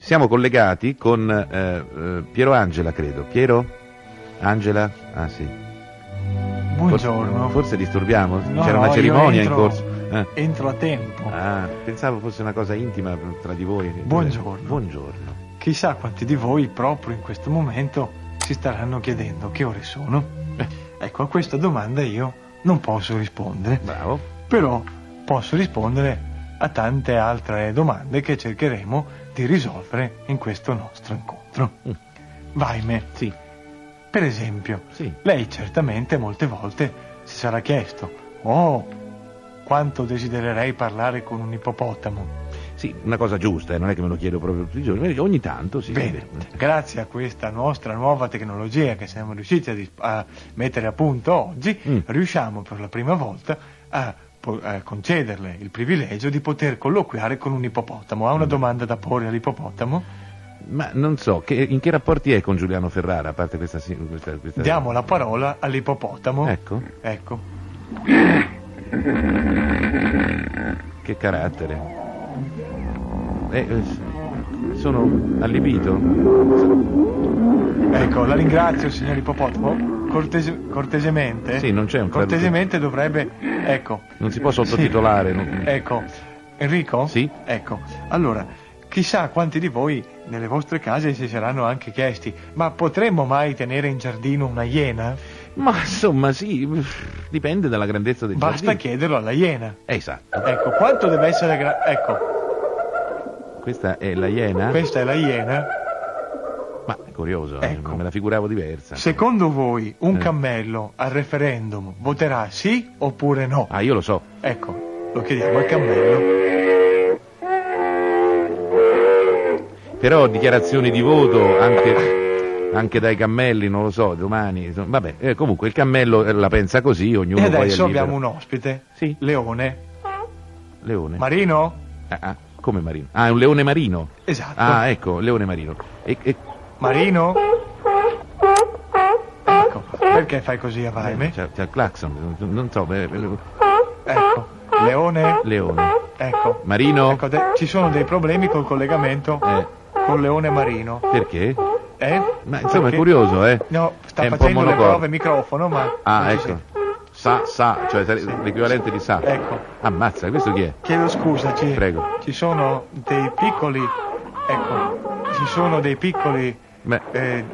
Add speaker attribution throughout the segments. Speaker 1: Siamo collegati con eh, eh, Piero Angela, credo. Piero? Angela? Ah sì. Forse-
Speaker 2: Buongiorno.
Speaker 1: Forse disturbiamo?
Speaker 2: No,
Speaker 1: C'era una
Speaker 2: no, io
Speaker 1: cerimonia
Speaker 2: entro-
Speaker 1: in corso. Eh.
Speaker 2: Entro a tempo.
Speaker 1: Ah, pensavo fosse una cosa intima tra di voi.
Speaker 2: Buongiorno.
Speaker 1: Buongiorno.
Speaker 2: Chissà quanti di voi proprio in questo momento si staranno chiedendo che ore sono.
Speaker 1: Eh.
Speaker 2: Ecco, a questa domanda io non posso rispondere,
Speaker 1: Bravo.
Speaker 2: però posso rispondere a tante altre domande che cercheremo di risolvere in questo nostro incontro.
Speaker 1: Mm.
Speaker 2: Vai me,
Speaker 1: Sì,
Speaker 2: per esempio,
Speaker 1: sì.
Speaker 2: lei certamente molte volte si sarà chiesto, oh, quanto desidererei parlare con un ippopotamo.
Speaker 1: Sì, una cosa giusta, eh, non è che me lo chiedo proprio tutti i giorni, ogni tanto sì.
Speaker 2: Bene,
Speaker 1: vabbè.
Speaker 2: grazie a questa nostra nuova tecnologia che siamo riusciti a, dis- a mettere a punto oggi,
Speaker 1: Mm.
Speaker 2: riusciamo per la prima volta a, po- a concederle il privilegio di poter colloquiare con un ippopotamo. Ha
Speaker 1: Mm.
Speaker 2: una domanda da porre all'ippopotamo?
Speaker 1: Ma non so, che- in che rapporti è con Giuliano Ferrara, a parte questa... sì- questa, questa...
Speaker 2: Diamo la parola all'ippopotamo.
Speaker 1: Eh. Ecco,
Speaker 2: Ecco.
Speaker 1: che carattere. Eh, eh, sono allibito.
Speaker 2: Ecco, la ringrazio signor ippopotamo. Cortese- cortesemente?
Speaker 1: Sì, non c'è un traduttore.
Speaker 2: Cortesemente dovrebbe... Ecco.
Speaker 1: Non si può sottotitolare.
Speaker 2: Sì.
Speaker 1: non-
Speaker 2: Ecco, Enrico?
Speaker 1: Sì.
Speaker 2: Ecco, allora, chissà quanti di voi nelle vostre case si saranno anche chiesti, ma potremmo mai tenere in giardino una iena?
Speaker 1: Ma insomma sì, dipende dalla grandezza del
Speaker 2: Basta
Speaker 1: giardino.
Speaker 2: chiederlo alla iena.
Speaker 1: Esatto,
Speaker 2: Ecco, quanto deve essere grande? Ecco,
Speaker 1: questa è la iena,
Speaker 2: questa è la iena.
Speaker 1: ma è curioso, eh,
Speaker 2: Ecco.
Speaker 1: me la figuravo diversa.
Speaker 2: Secondo voi un
Speaker 1: Eh.
Speaker 2: cammello al referendum voterà sì oppure no?
Speaker 1: Ah, io lo so.
Speaker 2: Ecco, lo chiediamo al cammello.
Speaker 1: Però dichiarazioni di voto anche, anche dai cammelli, non lo so, domani. insomma, Vabbè, eh, comunque il cammello eh, la pensa così, ognuno
Speaker 2: e
Speaker 1: poi è
Speaker 2: adesso
Speaker 1: libero.
Speaker 2: abbiamo un ospite.
Speaker 1: Sì.
Speaker 2: Leone.
Speaker 1: leone.
Speaker 2: Marino?
Speaker 1: Ah, ah, come marino? Ah, è un leone marino.
Speaker 2: Esatto.
Speaker 1: Ah, ecco, leone marino. E, e-
Speaker 2: Marino? Ecco, perché fai così a
Speaker 1: eh,
Speaker 2: Vaime?
Speaker 1: c'è, c'è il clacson, non- non so, eh, le-
Speaker 2: Ecco, Leone?
Speaker 1: leone.
Speaker 2: Ecco.
Speaker 1: Marino?
Speaker 2: Ecco, de- ci sono dei problemi col collegamento
Speaker 1: Eh.
Speaker 2: con Leone Marino.
Speaker 1: Perché?
Speaker 2: Eh?
Speaker 1: Ma insomma è
Speaker 2: Perché-
Speaker 1: curioso, eh?
Speaker 2: No, sta
Speaker 1: È un po'
Speaker 2: facendo le
Speaker 1: monocorde.
Speaker 2: prove microfono, ma...
Speaker 1: Ah,
Speaker 2: non si
Speaker 1: ecco.
Speaker 2: sente.
Speaker 1: Sa, sa, cioè sare-
Speaker 2: Sì.
Speaker 1: l'equivalente di sa.
Speaker 2: Ecco.
Speaker 1: Ammazza, questo chi è?
Speaker 2: Chiedo scusa, ci,
Speaker 1: Prego.
Speaker 2: ci sono dei piccoli... Ecco, ci sono dei piccoli...
Speaker 1: Beh,
Speaker 2: eh,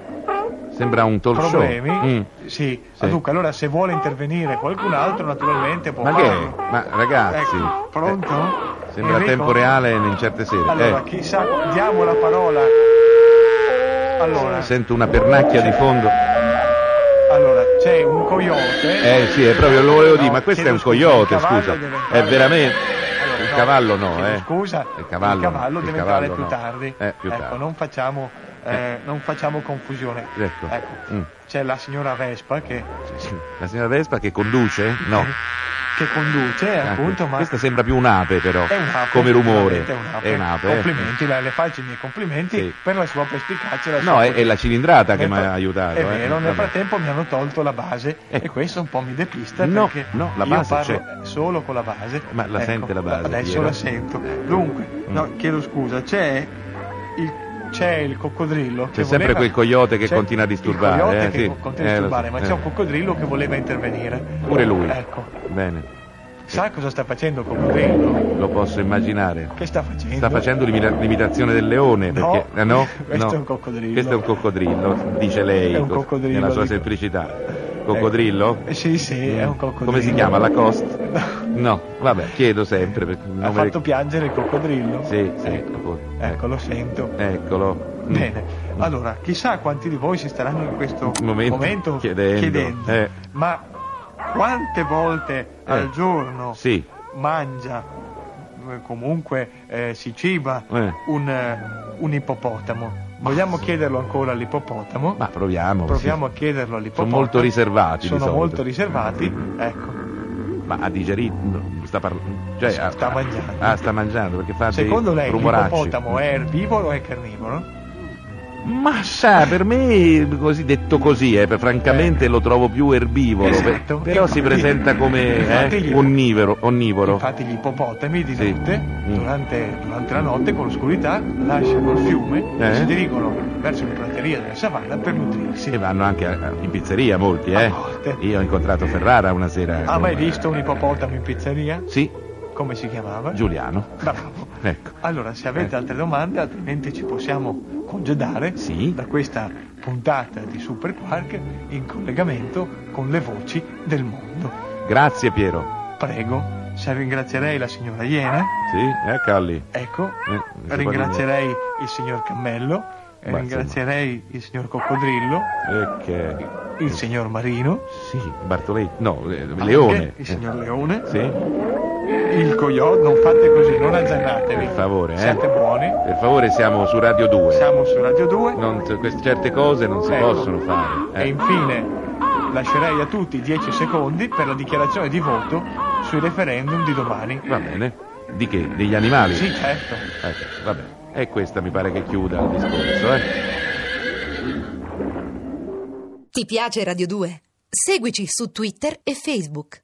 Speaker 1: sembra un talk
Speaker 2: problemi.
Speaker 1: show. Mm.
Speaker 2: Sì.
Speaker 1: Sì.
Speaker 2: Dunque, allora se vuole intervenire qualcun altro, naturalmente può
Speaker 1: Ma che è?
Speaker 2: farlo.
Speaker 1: Ma ragazzi.
Speaker 2: Ecco, pronto?
Speaker 1: eh, Sembra
Speaker 2: Enrico?
Speaker 1: tempo reale in certe sere.
Speaker 2: Allora,
Speaker 1: Eh,
Speaker 2: chissà, diamo la parola. Allora,
Speaker 1: Sento una pernacchia di fondo.
Speaker 2: allora c'è un coyote.
Speaker 1: Eh sì, è proprio lo volevo dire,
Speaker 2: No,
Speaker 1: ma questo è
Speaker 2: chiedo
Speaker 1: un
Speaker 2: scusa, il
Speaker 1: coyote,
Speaker 2: cavallo
Speaker 1: scusa.
Speaker 2: deve
Speaker 1: È
Speaker 2: entrare-
Speaker 1: veramente.
Speaker 2: Allora,
Speaker 1: il
Speaker 2: no,
Speaker 1: cavallo no,
Speaker 2: chiedo
Speaker 1: eh.
Speaker 2: Scusa,
Speaker 1: il cavallo, no, il
Speaker 2: deve entrare
Speaker 1: cavallo
Speaker 2: più
Speaker 1: no.
Speaker 2: tardi.
Speaker 1: Eh, più
Speaker 2: ecco,
Speaker 1: tardi.
Speaker 2: non facciamo, eh, non facciamo confusione.
Speaker 1: Ecco. Mm.
Speaker 2: C'è la signora Vespa che,
Speaker 1: La signora Vespa che conduce? No.
Speaker 2: che conduce, Eh, appunto, ma
Speaker 1: Ecco, Questa sembra più un'ape però,
Speaker 2: È un'ape,
Speaker 1: come rumore.
Speaker 2: veramente È un'ape.
Speaker 1: eh.
Speaker 2: Complimenti, le, le faccio i miei complimenti
Speaker 1: Sì.
Speaker 2: per la sua perspicacia. e la
Speaker 1: No,
Speaker 2: sua
Speaker 1: è, è la cilindrata che mi ha aiutato.
Speaker 2: È
Speaker 1: eh.
Speaker 2: vero, nel
Speaker 1: Vabbè.
Speaker 2: frattempo mi hanno tolto la base
Speaker 1: Ecco.
Speaker 2: e questo un po' mi depista
Speaker 1: No,
Speaker 2: perché
Speaker 1: no, la
Speaker 2: io
Speaker 1: base
Speaker 2: parlo
Speaker 1: c'è.
Speaker 2: solo con la base. Ecco,
Speaker 1: Ma la sente la base,
Speaker 2: Adesso
Speaker 1: Piero? Mm.
Speaker 2: la sento. Dunque, no, chiedo scusa, c'è il, c'è il coccodrillo.
Speaker 1: C'è
Speaker 2: che
Speaker 1: sempre
Speaker 2: voleva-
Speaker 1: quel coyote che
Speaker 2: c'è
Speaker 1: continua a
Speaker 2: il
Speaker 1: disturbare,
Speaker 2: coyote
Speaker 1: eh,
Speaker 2: che
Speaker 1: sì.
Speaker 2: co- continua a
Speaker 1: Eh, lo
Speaker 2: disturbare,
Speaker 1: so,
Speaker 2: ma
Speaker 1: eh.
Speaker 2: c'è un coccodrillo che voleva intervenire.
Speaker 1: Pure lui.
Speaker 2: Ecco.
Speaker 1: Bene,
Speaker 2: Sa cosa sta facendo il coccodrillo?
Speaker 1: lo posso immaginare.
Speaker 2: Che sta facendo?
Speaker 1: Sta facendo l'imita- l'imitazione del leone,
Speaker 2: No,
Speaker 1: perché... eh, no?
Speaker 2: questo
Speaker 1: No.
Speaker 2: è un coccodrillo.
Speaker 1: Questo è un coccodrillo, dice lei,
Speaker 2: È un
Speaker 1: co-
Speaker 2: coccodrillo,
Speaker 1: nella sua
Speaker 2: dico.
Speaker 1: semplicità. Coccodrillo? Mm.
Speaker 2: Eh, Sì, sì, è un coccodrillo.
Speaker 1: Come si chiama? Lacoste? No, vabbè, chiedo sempre. Perché non
Speaker 2: Ha
Speaker 1: me ne-
Speaker 2: fatto piangere il coccodrillo?
Speaker 1: Sì, sì.
Speaker 2: Ecco, ecco, lo sento.
Speaker 1: Eccolo. Mm.
Speaker 2: Bene, allora, chissà quanti di voi si staranno in questo
Speaker 1: Momento
Speaker 2: momento,
Speaker 1: chiedendo, eh.
Speaker 2: ma quante volte al giorno
Speaker 1: Sì.
Speaker 2: mangia, eh, comunque eh, si ciba,
Speaker 1: Eh.
Speaker 2: un, eh, un ippopotamo? Vogliamo chiederlo ancora all'ippopotamo?
Speaker 1: Ma proviamo.
Speaker 2: Proviamo
Speaker 1: sì.
Speaker 2: a chiederlo all'ippopotamo.
Speaker 1: Sono molto riservati, di
Speaker 2: Sono
Speaker 1: solito. Mm.
Speaker 2: molto riservati, ecco.
Speaker 1: Ma ha digerito, no, sta parlando. Cioè,
Speaker 2: Sta
Speaker 1: ha-
Speaker 2: mangiando.
Speaker 1: Ah, sta mangiando perché fa
Speaker 2: Secondo
Speaker 1: dei
Speaker 2: lei
Speaker 1: rumoracci.
Speaker 2: l'ippopotamo è erbivoro o è carnivoro?
Speaker 1: Ma sa, per me, così detto così, eh, per- francamente lo trovo più erbivoro.
Speaker 2: Esatto.
Speaker 1: per- però si presenta come
Speaker 2: Infatti
Speaker 1: eh,
Speaker 2: gli-
Speaker 1: onnivoro. onnivoro.
Speaker 2: Infatti gli ippopotami di
Speaker 1: Sì.
Speaker 2: notte,
Speaker 1: Mm.
Speaker 2: durante, durante la notte con l'oscurità, lasciano il fiume
Speaker 1: Eh?
Speaker 2: e si dirigono verso le praterie della savana per nutrirsi.
Speaker 1: E vanno anche a- in pizzeria molti, eh.
Speaker 2: A volte.
Speaker 1: Io ho incontrato Ferrara una sera.
Speaker 2: Ha
Speaker 1: con-
Speaker 2: mai visto un ippopotamo in pizzeria?
Speaker 1: Sì,
Speaker 2: Come si chiamava?
Speaker 1: Giuliano.
Speaker 2: Bravo.
Speaker 1: Ecco.
Speaker 2: Allora, se avete
Speaker 1: Eh.
Speaker 2: altre domande, altrimenti ci possiamo congedare
Speaker 1: Sì.
Speaker 2: da questa puntata di Super Quark in collegamento con le voci del mondo.
Speaker 1: Grazie Piero.
Speaker 2: Prego, se ringrazierei la signora Iena,
Speaker 1: Sì, eh Calli.
Speaker 2: ecco,
Speaker 1: si può
Speaker 2: ringrazierei il signor Cammello, eh,
Speaker 1: Ma,
Speaker 2: ringrazierei il signor Coccodrillo,
Speaker 1: E Eh, che...
Speaker 2: il signor Marino,
Speaker 1: Sì, Bartoletti. No, eh, Leone.
Speaker 2: Ah,
Speaker 1: Eh,
Speaker 2: il signor Leone,
Speaker 1: Sì,
Speaker 2: il coyote, non fate così, non azzannatevi.
Speaker 1: per favore, eh.
Speaker 2: Siete buoni,
Speaker 1: Per favore, siamo su Radio 2.
Speaker 2: siamo su Radio 2.
Speaker 1: Non- queste certe cose non si
Speaker 2: Ecco.
Speaker 1: possono fare. eh.
Speaker 2: E infine lascerei a tutti 10 secondi per la dichiarazione di voto sui referendum di domani.
Speaker 1: Va bene. Di che? Degli animali?
Speaker 2: Sì, certo.
Speaker 1: Ecco, va bene. E questa mi pare che chiuda il discorso, eh.
Speaker 3: Ti piace Radio 2? Seguici su Twitter e Facebook.